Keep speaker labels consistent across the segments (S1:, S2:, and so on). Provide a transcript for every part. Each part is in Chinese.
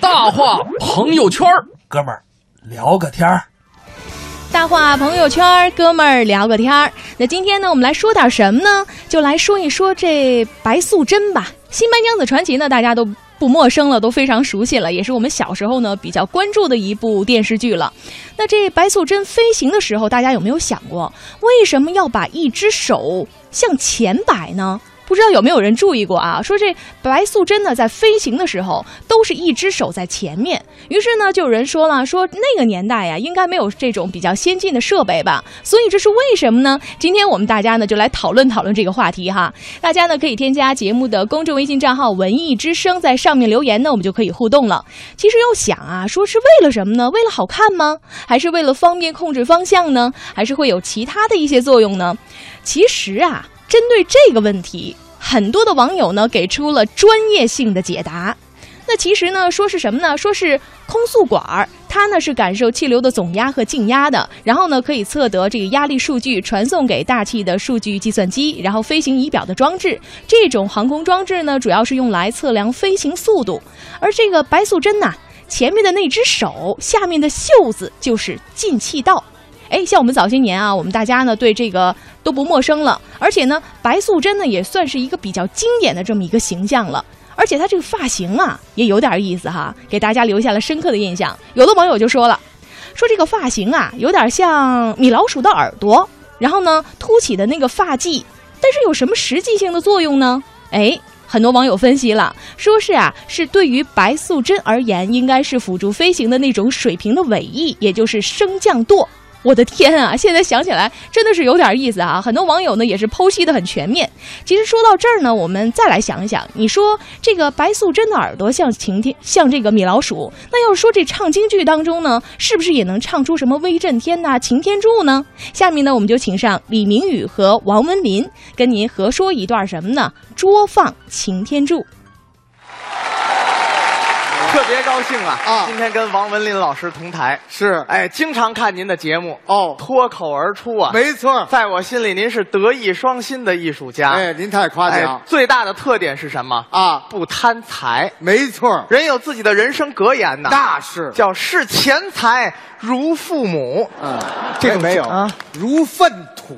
S1: 大话朋友圈儿
S2: 哥们儿聊个天儿。
S3: 大话朋友圈儿，哥们儿聊个天儿。那今天呢，我们来说点什么呢？就来说一说这白素贞吧。新白娘子传奇呢，大家都不陌生了，都非常熟悉了，也是我们小时候呢比较关注的一部电视剧了。那这白素贞飞行的时候，大家有没有想过，为什么要把一只手向前摆呢？不知道有没有人注意过啊？说这白素贞呢，在飞行的时候都是一只手在前面。于是呢，就有人说了，说那个年代呀，应该没有这种比较先进的设备吧？所以这是为什么呢？今天我们大家呢，就来讨论讨论这个话题哈。大家呢可以添加节目的公众微信账号“文艺之声”，在上面留言呢，我们就可以互动了。其实又想啊，说是为了什么呢？为了好看吗？还是为了方便控制方向呢？还是会有其他的一些作用呢？其实啊，针对这个问题，很多的网友呢给出了专业性的解答。那其实呢，说是什么呢？说是空速管儿，它呢是感受气流的总压和静压的，然后呢可以测得这个压力数据，传送给大气的数据计算机，然后飞行仪表的装置。这种航空装置呢，主要是用来测量飞行速度。而这个白素贞呐、前面的那只手，下面的袖子就是进气道。哎，像我们早些年啊，我们大家呢对这个都不陌生了，而且呢，白素贞呢也算是一个比较经典的这么一个形象了。而且她这个发型啊，也有点意思哈，给大家留下了深刻的印象。有的网友就说了，说这个发型啊，有点像米老鼠的耳朵，然后呢，凸起的那个发髻，但是有什么实际性的作用呢？哎，很多网友分析了，说是啊，是对于白素贞而言，应该是辅助飞行的那种水平的尾翼，也就是升降舵。我的天啊！现在想起来真的是有点意思啊。很多网友呢也是剖析的很全面。其实说到这儿呢，我们再来想一想，你说这个白素贞的耳朵像晴天，像这个米老鼠，那要是说这唱京剧当中呢，是不是也能唱出什么威震天呐、擎天柱呢？下面呢，我们就请上李明宇和王文林跟您合说一段什么呢？捉放擎天柱。
S4: 特别高兴啊！
S5: 啊
S4: 今天跟王文林老师同台，
S5: 是
S4: 哎，经常看您的节目
S5: 哦
S4: 脱口而出啊！
S5: 没错儿。
S4: 在我心里，您是德艺双馨的艺术家。
S5: 哎，您太夸奖、
S4: 最大的特点是什么？
S5: 啊！
S4: 不贪财，
S5: 没错儿，
S4: 人有自己的人生格言呐，
S5: 那是
S4: 叫视钱财如父母，
S5: 嗯，
S4: 这
S5: 哎
S4: 种
S5: 没有
S4: 啊
S5: 如粪土，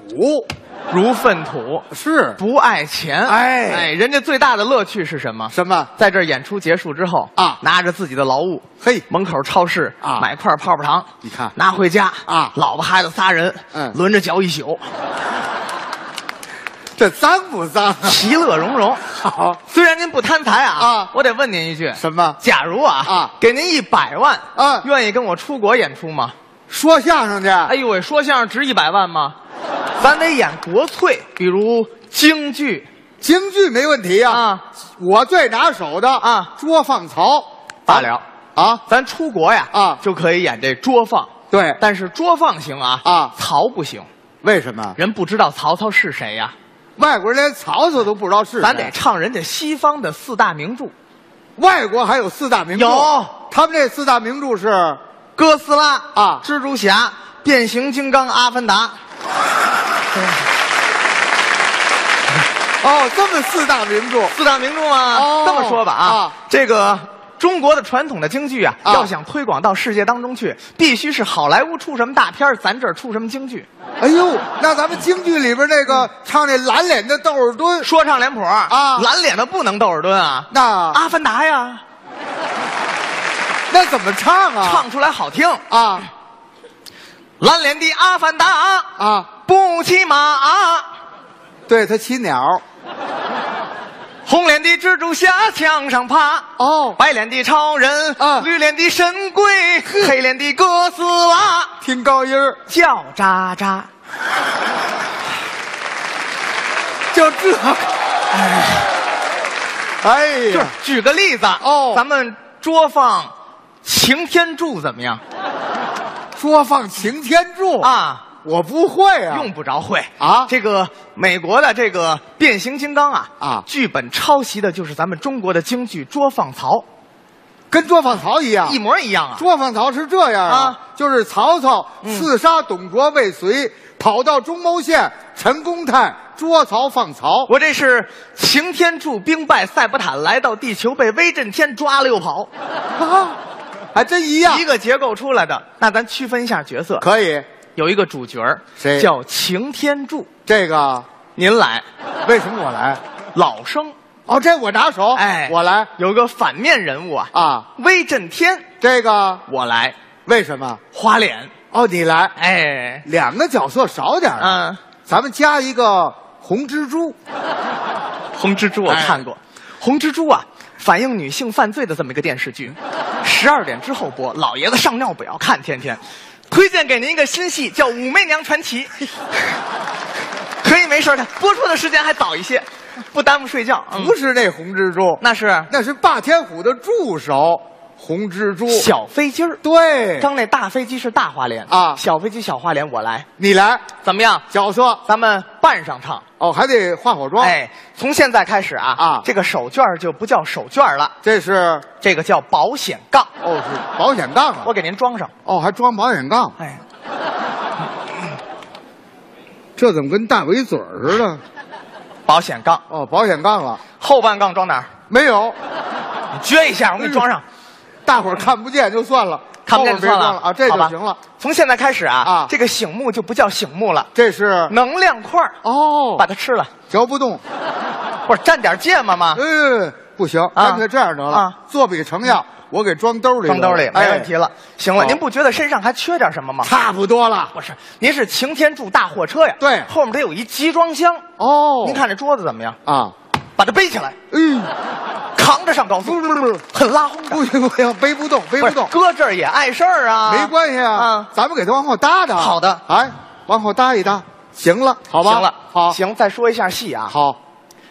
S4: 如粪土，
S5: 是
S4: 不爱钱。
S5: 哎
S4: 哎，人家最大的乐趣是什么？
S5: 什么？
S4: 在这儿演出结束之后
S5: 啊
S4: 拿着自己的劳务，
S5: 嘿
S4: 门口超市
S5: 啊
S4: 买块泡泡糖，
S5: 你看
S4: 拿回家
S5: 啊
S4: 老婆孩子仨人，
S5: 嗯
S4: 轮着嚼一 宿，
S5: 这脏不脏啊？
S4: 其乐融融。
S5: 好，
S4: 虽然您不贪财啊
S5: 啊
S4: 我得问您一句，
S5: 什么
S4: 假如啊
S5: 啊
S4: 给您一百万
S5: 啊
S4: 愿意跟我出国演出吗？
S5: 说相声去？
S4: 哎呦喂，说相声值一百万 吗？咱得演国粹，比如京剧
S5: 京剧没问题呀、
S4: 啊，
S5: 我最拿手的
S4: 啊
S5: 捉放曹
S4: 罢了。
S5: 啊，
S4: 咱出国呀
S5: 啊
S4: 就可以演这捉放。
S5: 对，
S4: 但是捉放行啊
S5: 啊
S4: 曹不行，
S5: 为什么
S4: 人不知道曹操是谁呀、
S5: 外国人连曹操都不知道是谁？
S4: 咱得唱人家西方的四大名著，《
S5: 外国还有四大名著，
S4: 有
S5: 他们这四大名著是
S4: 哥斯拉》
S5: 啊
S4: 蜘蛛侠》《变形金刚》《阿凡达》。
S5: 哦，这么四大名著
S4: 四大名著嘛。
S5: 哦
S4: 这么说吧啊，
S5: 啊
S4: 这个中国的传统的京剧啊，
S5: 啊
S4: 要想推广到世界当中去，必须是好莱坞出什么大片儿咱这儿出什么京剧。
S5: 哎呦，那咱们京剧里边那个唱那蓝脸的窦尔敦，
S4: 说唱脸谱
S5: 呃啊
S4: 蓝脸的不能窦尔敦啊，
S5: 那
S4: 阿凡达呀，
S5: 那怎么唱啊？
S4: 唱出来好听。
S5: 啊
S4: 蓝脸的阿凡达
S5: 啊！
S4: 不骑马，
S5: 对他骑鸟
S4: 红脸的蜘蛛侠墙上爬。
S5: 哦，
S4: 白脸的超人，
S5: 啊
S4: 绿脸的神龟，黑脸的哥斯拉，
S5: 听高音儿，
S4: 叫喳喳。
S5: 就这，哎
S4: 就是
S5: 呀，
S4: 举个例子
S5: 哦
S4: 咱们桌放擎天柱怎么样
S5: 说放擎天柱，
S4: 啊？
S5: 我不会啊，
S4: 用不着会
S5: 哦啊
S4: 这个美国的这个变形金刚啊
S5: 啊
S4: 剧本抄袭的就是咱们中国的京剧《捉放曹
S5: 跟捉放曹一》，样
S4: 一。模一样啊。
S5: 捉放曹是这样
S4: 啊嗯
S5: 啊，就是曹操刺杀董卓未遂，跑到中牟县，陈公探捉曹放曹。
S4: 我这是擎天柱兵败塞伯坦，来到地球被威震天抓了又跑。
S5: 啊， 还真一样
S4: 一。个结构出来的。那咱区分一下角色，
S5: 可以，
S4: 有一个主角儿
S5: 谁
S4: 叫擎天柱，
S5: 这个
S4: 您来，
S5: 为什么我来？
S4: 老生，
S5: 哦，这我拿手，
S4: 哎，
S5: 我来
S4: 有个反面人物啊，
S5: 啊。
S4: 威震天，
S5: 这个
S4: 我来，
S5: 为什么？
S4: 花脸，
S5: 哦，你来，
S4: 哎，
S5: 两个角色少点儿啊，
S4: 嗯，
S5: 咱们加一个红蜘蛛。
S4: 红蜘蛛我看过，
S5: 哎
S4: 红蜘蛛啊，反映女性犯罪的这么一个电视剧，十二点之后播，老爷子上尿不要看，天天。推荐给您一个新戏，叫《武媚娘传 奇》，可以没事儿看，播出的时间还早一些，不耽误睡觉。嗯
S5: 不是那红蜘蛛，
S4: 那是
S5: 那是霸天虎的助手红蜘蛛。
S4: 小飞机儿，
S5: 对，
S4: 刚那大飞机是大花脸
S5: 啊
S4: 小飞机小花脸我来，
S5: 你来
S4: 怎么样？
S5: 角色
S4: 咱们扮上唱。
S5: 哦，还得化好妆。，
S4: 哎，从现在开始啊
S5: 啊
S4: 这个手绢儿就不叫手绢儿了，
S5: 这是
S4: 这个叫保险杠。
S5: 哦是保险杠啊
S4: 我，给您装上。
S5: 哦还装保险杠，
S4: 哎，
S5: 这怎么跟大围嘴儿似的？
S4: 保险杠
S5: 哦，保险杠了
S4: 后半杠装哪儿？
S5: 没有？
S4: 你
S5: 啊
S4: 撅一下，我给你装
S5: 嗯
S4: 上。
S5: 大伙儿看不见就算了，
S4: 看不见
S5: 后
S4: 就
S5: 边别
S4: 算
S5: 装
S4: 了
S5: 了啊，这就
S4: 好吧
S5: 行了。
S4: 从现在开始啊，
S5: 啊
S4: 这个醒目就不叫醒目了，
S5: 这是
S4: 能量块儿
S5: 哦
S4: 把，它啊吃了，
S5: 嚼不动，
S4: 不是蘸点芥末吗？
S5: 嗯，不行，干脆这样得了
S4: 啊，
S5: 做笔成药，我给装兜里，
S4: 装兜里没问题
S5: 哎，
S4: 了。行了，
S5: 好
S4: 您不觉得身上还缺点什么吗？
S5: 哎差不多了。
S4: 不是，您是擎天柱大货车呀，
S5: 对
S4: 后面得有一集装箱。
S5: 哦，
S4: 您看这桌子怎么样？
S5: 啊，
S4: 把它背起来，
S5: 嗯，
S4: 扛着上高速，很拉轰的。啊
S5: 不行不行，背不动，背
S4: 不
S5: 不
S4: 是
S5: 动，
S4: 搁这儿也碍事儿啊。
S5: 没关系啊
S4: 啊，
S5: 咱们给它往后搭搭。
S4: 好的
S5: 哎，往后搭一搭，行了，好吧，
S4: 行了，
S5: 好，，
S4: 行，再说一下戏啊。，
S5: 好，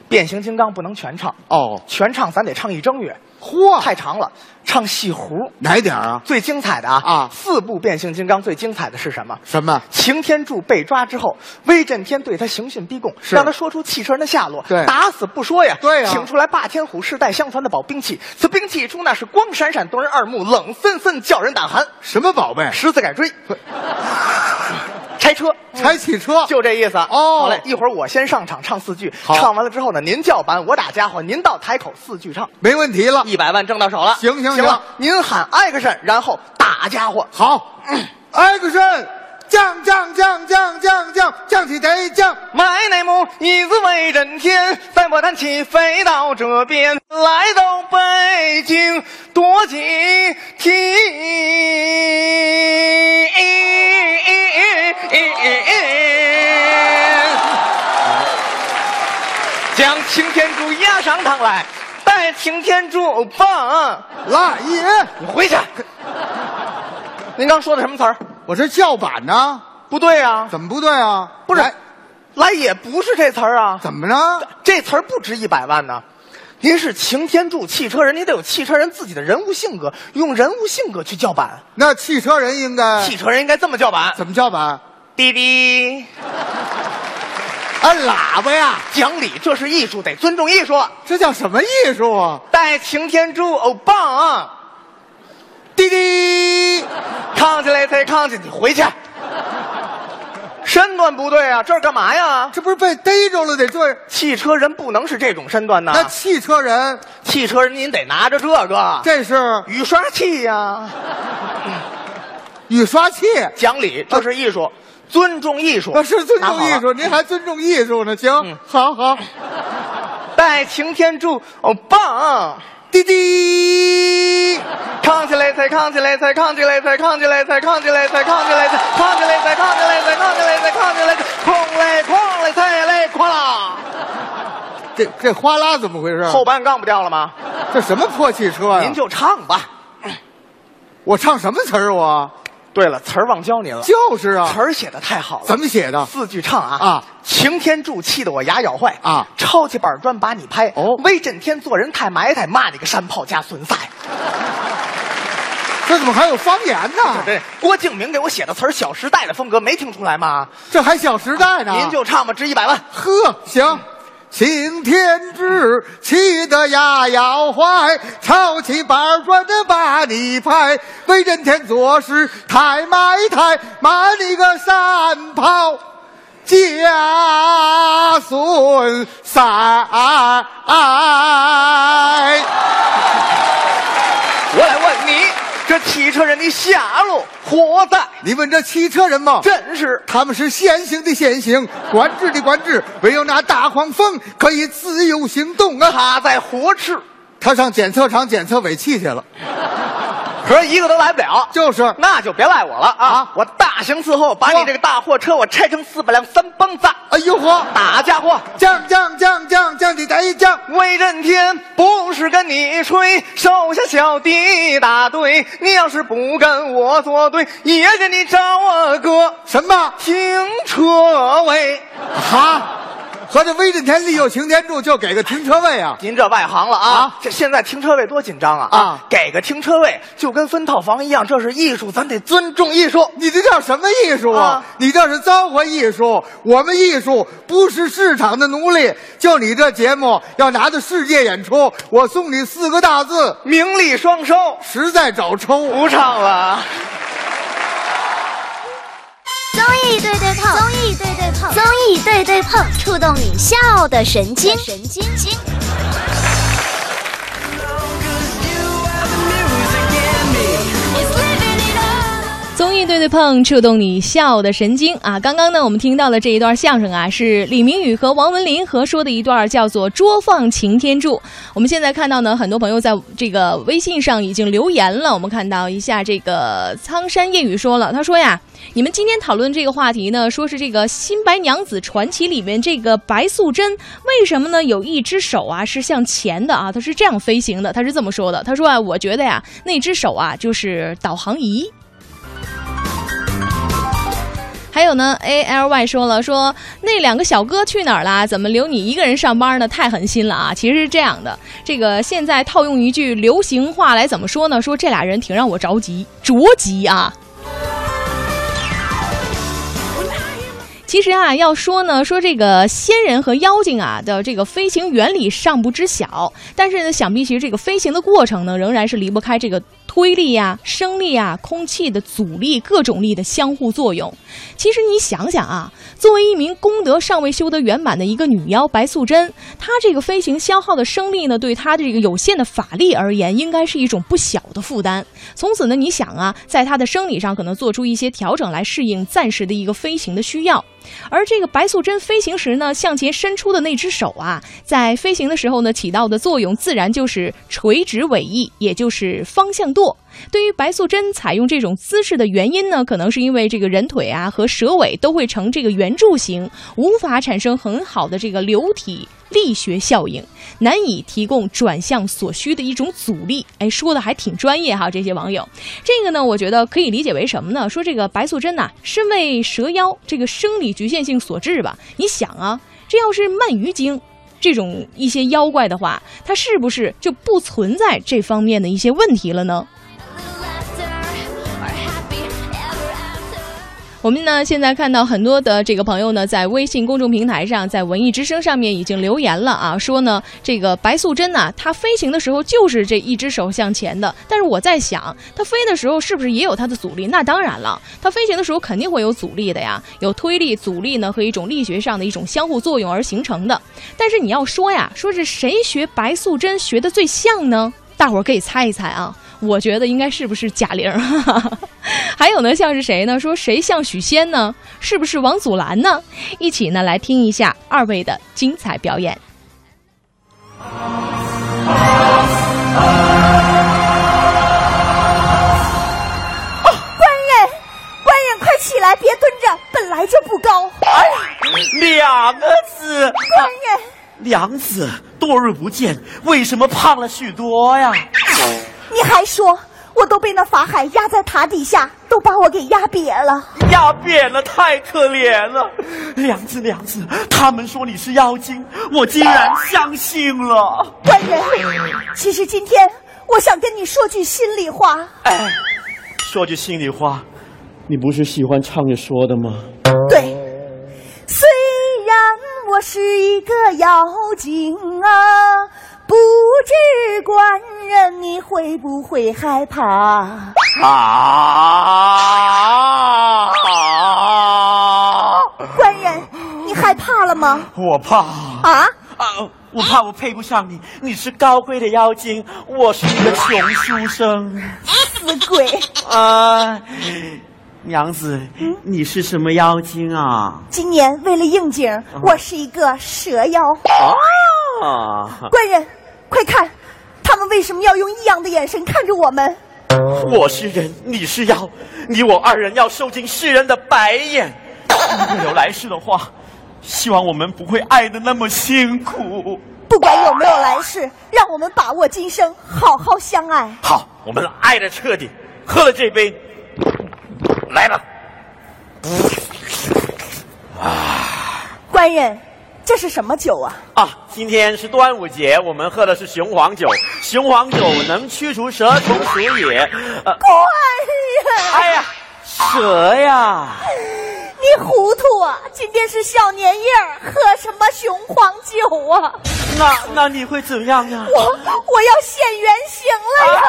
S4: 变形金刚不能全唱，
S5: 哦，
S4: 全唱咱得唱一正月，
S5: 嚯，
S4: 太长了，唱戏胡。
S5: 哪点儿啊？
S4: 最精彩的啊
S5: 啊
S4: 四部变形金刚最精彩的是什么？
S5: 什么？
S4: 擎天柱被抓之后，威震天对他刑讯逼供，
S5: 是
S4: 让他说出汽车人的下落，
S5: 对
S4: 打死不说呀。
S5: 对啊呀
S4: 请出来霸天虎世代相传的宝兵器，此兵器一出，那是光闪闪夺人耳目，冷森森叫人胆寒。
S5: 什么宝贝？
S4: 十字改锥
S5: 对，
S4: 拆车，
S5: 拆汽车？
S4: 嗯就这意思。
S5: 哦
S4: 好嘞，一会儿我先上场唱四句，
S5: 好
S4: 唱完了之后呢，您叫板，我打家伙，您到台口四句唱，
S5: 没问题了。
S4: 一百万挣到手了。
S5: 行行
S4: 行了
S5: 行，
S4: 您喊 action，然后打家伙。
S5: 好，action！降降降降降降降起得降，
S4: 买内幕，一字为震天，在我弹起飞到这边，来到北京多几天。将擎天柱压上堂来，带擎天柱棒，
S5: 来也！
S4: 你回去。您刚说的什么词儿？
S5: 我这叫板呢，
S4: 不对啊，
S5: 怎么不对啊？
S4: 不是
S5: 来，
S4: 来也不是这词儿啊。
S5: 怎么着？
S4: 这词儿不值一百万呢。您是擎天柱汽车人，您得有汽车人自己的人物性格，用人物性格去叫板。
S5: 那汽车人应该
S4: 汽车人应该这么叫板：
S5: 怎么叫板？
S4: 滴滴，
S5: 按哎喇叭呀，
S4: 讲理，这是艺术，得尊重艺术。
S5: 这叫什么艺术啊？
S4: 带擎天柱，哦棒啊！
S5: 滴滴，
S4: 扛起来才扛起，你回去。身段不对啊，这是干嘛呀？
S5: 这不是被逮着了得这？
S4: 汽车人不能是这种身段呐。
S5: 那汽车人
S4: 汽车人您得拿着这个
S5: 这是
S4: 雨刷器呀、
S5: 雨刷器，
S4: 讲理，这是艺术，尊重艺术。
S5: 那是尊
S4: 拿好
S5: 重
S4: 了
S5: 艺术，您还尊重艺术呢？行
S4: 嗯，
S5: 好好，
S4: 拜擎天柱，哦棒！
S5: 滴滴，
S4: 扛起来，再扛起来，再扛起来，再扛起来，再扛起来，再扛起来，再扛起来，再扛起来，再扛起来，再扛起来，哐嘞哐嘞，再嘞哐啦！
S5: 这这哗啦怎么回事？啊
S4: 后半杠不掉了吗？
S5: 这什么破汽车呀？
S4: 您就唱吧。
S5: 我唱什么词儿？我
S4: 对了，词儿忘教您了，
S5: 就是啊，
S4: 词儿写的太好了。
S5: 怎么写的？
S4: 四句唱啊
S5: 啊！
S4: 擎天柱气得我牙咬坏
S5: 啊
S4: 抄起板砖把你拍
S5: 哦
S4: 威震天做人太埋汰，骂你个山炮加损塞。
S5: 这怎么还有方言呢？
S4: 对，郭敬明给我写的词儿，《小时代》的风格没听出来吗？
S5: 这还《小时代》呢？
S4: 您就唱吧，值一百万。
S5: 呵，行。擎天柱气得牙咬坏，抄起板砖的把你拍。威震天做事太埋汰，骂你个山炮加损塞。
S4: 我来问这汽车人的下落，活该！
S5: 你问这汽车人吗？
S4: 真是
S5: 他们是限行的限行，管制的管制，唯有那大黄蜂可以自由行动啊！
S4: 他在活吃，
S5: 他上检测厂检测尾气去了，
S4: 可是一个都来不了。
S5: 就是
S4: 那就别赖我了啊！
S5: 啊
S4: 我大刑伺候，把
S5: 哇
S4: 你这个大货车我拆成四百辆三帮子，
S5: 哎呦呵，
S4: 打家伙！
S5: 降降降降降的得降，
S4: 威震天不是跟你吹，手下小弟打对。你要是不跟我作对，爷爷你找我哥
S5: 什么？
S4: 停车位。
S5: 哈，合着威震天利用擎天柱就给个停车位啊？
S4: 您这外行了啊！
S5: 啊
S4: 这现在停车位多紧张啊！
S5: 啊
S4: 给个停车位就跟分套房一样，这是艺术，咱得尊重艺术。
S5: 你这叫什么艺术啊？
S4: 啊
S5: 你这是糟粕艺术。我们艺术不是市场的奴隶。就你这节目要拿到世界演出，我送你四个大字：
S4: 名利双收，
S5: 实在找抽。
S4: 不唱了。
S6: 综艺对对碰，综艺对对碰，综艺对对碰，触动你笑的神经，神经经。
S3: 综艺对对碰，触动你笑的神经啊！刚刚呢，我们听到的这一段相声啊，是李明宇和王文林合说的一段叫做《捉放擎天柱》。我们现在看到呢，很多朋友在这个微信上已经留言了。我们看到一下这个呃苍山夜雨说了，他说呀，你们今天讨论这个话题呢，说是这个《新白娘子传奇》里面这个白素贞，为什么呢？有一只手啊是向前的啊，它是这样飞行的。他是这么说的，他说啊，我觉得呀，那只手啊就是导航仪。还有呢，A L Y 说了说那两个小哥去哪儿啦？怎么留你一个人上班呢？太狠心了啊！其实是这样的，这个现在套用一句流行话来怎么说呢？说这俩人挺让我着急，着急啊！其实啊，要说呢，说这个仙人和妖精啊的这个飞行原理尚不知晓，但是呢，想必其实这个飞行的过程呢，仍然是离不开这个推力呀、升力呀、空气的阻力、各种力的相互作用。其实你想想啊，作为一名功德尚未修得圆满的一个女妖白素贞，她这个飞行消耗的升力呢，对她这个有限的法力而言，应该是一种不小的负担。从此呢，你想啊，在她的生理上可能做出一些调整来适应暂时的一个飞行的需要。而这个白素贞飞行时呢，向前伸出的那只手啊，在飞行的时候呢，起到的作用自然就是垂直尾翼，也就是方向舵。对于白素贞采用这种姿势的原因呢，可能是因为这个人腿啊和蛇尾都会呈这个圆柱形，无法产生很好的这个流体力学效应，难以提供转向所需的一种阻力。哎，说的还挺专业哈，这些网友。这个呢，我觉得可以理解为什么呢？说这个白素贞呐、身为蛇妖，这个生理局限性所致吧。你想啊，这要是鳗鱼精。这种一些妖怪的话，它是不是就不存在这方面的一些问题了呢？我们呢，现在看到很多的这个朋友呢，在微信公众平台上，在文艺之声上面已经留言了啊，说呢，这个白素贞呐、她飞行的时候就是这一只手向前的。但是我在想，她飞的时候是不是也有她的阻力？那当然了，她飞行的时候肯定会有阻力的呀，有推力、阻力呢和一种力学上的一种相互作用而形成的。但是你要说呀，说是谁学白素贞学的最像呢？大伙儿可以猜一猜啊。我觉得应该是不是贾玲？ 还有呢，像是谁呢？说谁像许仙呢？是不是王祖蓝呢？一起呢来听一下二位的精彩表演。
S7: 官人，官人快起来，别蹲着，本来就不高。
S8: 哎两个字，
S7: 官人，
S8: 娘子，多日不见，为什么胖了许多呀？
S7: 你还说，我都被那法海压在塔底下，都把我给压瘪了。
S8: 压扁了，太可怜了。娘子，娘子，他们说你是妖精，我竟然相信了。
S7: 官人，其实今天我想跟你说句心里话，
S8: 哎，说句心里话，你不是喜欢唱着说的吗？
S7: 对，虽然我是一个妖精啊，不知官人你会不会害怕？
S8: 啊！
S7: 官人，你害怕了吗？
S8: 我怕。
S7: 啊？
S8: 啊，我怕我配不上你，你是高贵的妖精，我是你的穷书生。
S7: 死鬼，
S8: 啊，娘子，你是什么妖精啊？
S7: 今年为了应景，我是一个蛇妖。
S8: 啊，
S7: 官人，快看，他们为什么要用异样的眼神看着我们？
S8: 我是人，你是妖，你我二人要受尽世人的白眼。如果有来世的话，希望我们不会爱的那么辛苦。
S7: 不管有没有来世，让我们把握今生，好好相爱。
S8: 好，我们爱的彻底，喝了这杯，来吧。
S7: 官人，这是什么酒啊？
S8: 啊，今天是端午节，我们喝的是雄黄酒。雄黄酒能驱除蛇虫鼠也。呃，
S7: 官
S8: 哎
S7: 人，
S8: 呀，蛇呀！
S7: 你糊涂啊！今天是小年夜儿，喝什么雄黄酒啊？
S8: 那那你会怎样呀？
S7: 我我要现原形了呀！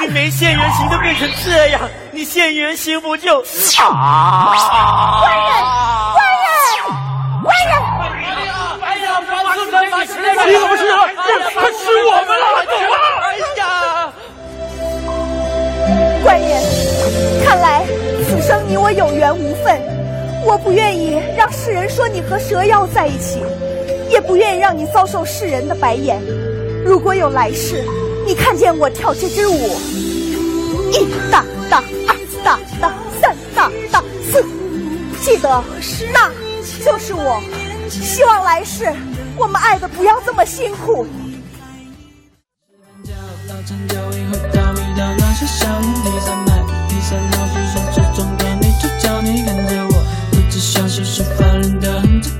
S8: 你没现原形就变成这样，你现原形不就啊？官人，
S7: 啊
S8: 官人，官人！哎呀，你怎么是？快吃我们了，走啊！哎呀，
S7: 官人，看来此生你我有缘无分，我不愿意让世人说你和蛇妖在一起，也不愿意让你遭受世人的白眼。如果有来世，你看见我跳这支舞，一大大，二大大，三大大，四，记得那就是我。希望来世我们爱的不要这么辛苦。
S9: 早晨就会和他遇到那些相遇，第三排、第三号是传说中的女主角，你看着我，不知消失是凡人的痕迹。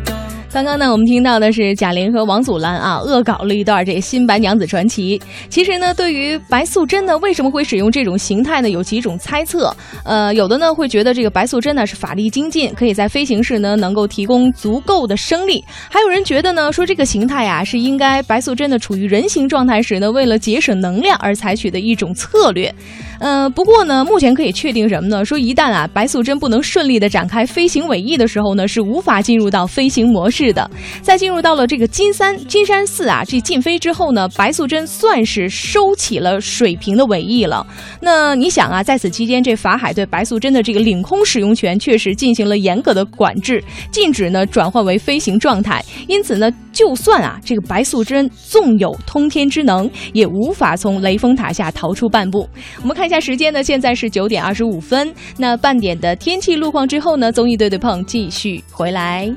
S3: 刚刚呢，我们听到的是贾玲和王祖蓝啊恶搞了一段这新白娘子传奇。其实呢，对于白素贞呢，为什么会使用这种形态呢？有几种猜测。呃，有的呢会觉得这个白素贞呢是法力精进，可以在飞行时呢能够提供足够的生力；还有人觉得呢说这个形态啊是应该白素贞呢处于人形状态时呢为了节省能量而采取的一种策略。呃，不过呢，目前可以确定什么呢？说一旦啊，白素贞不能顺利的展开飞行尾翼的时候呢，是无法进入到飞行模式的。在进入到了这个金山金山寺啊，这禁飞之后呢，白素贞算是收起了水平的尾翼了。那你想啊，在此期间，这法海对白素贞的这个领空使用权确实进行了严格的管制，禁止呢转换为飞行状态。因此呢，就算啊这个白素贞纵有通天之能，也无法从雷峰塔下逃出半步。我们看一下时间呢，现在是九点二十五分。那半点的天气路况之后呢，综艺对对碰继续回来。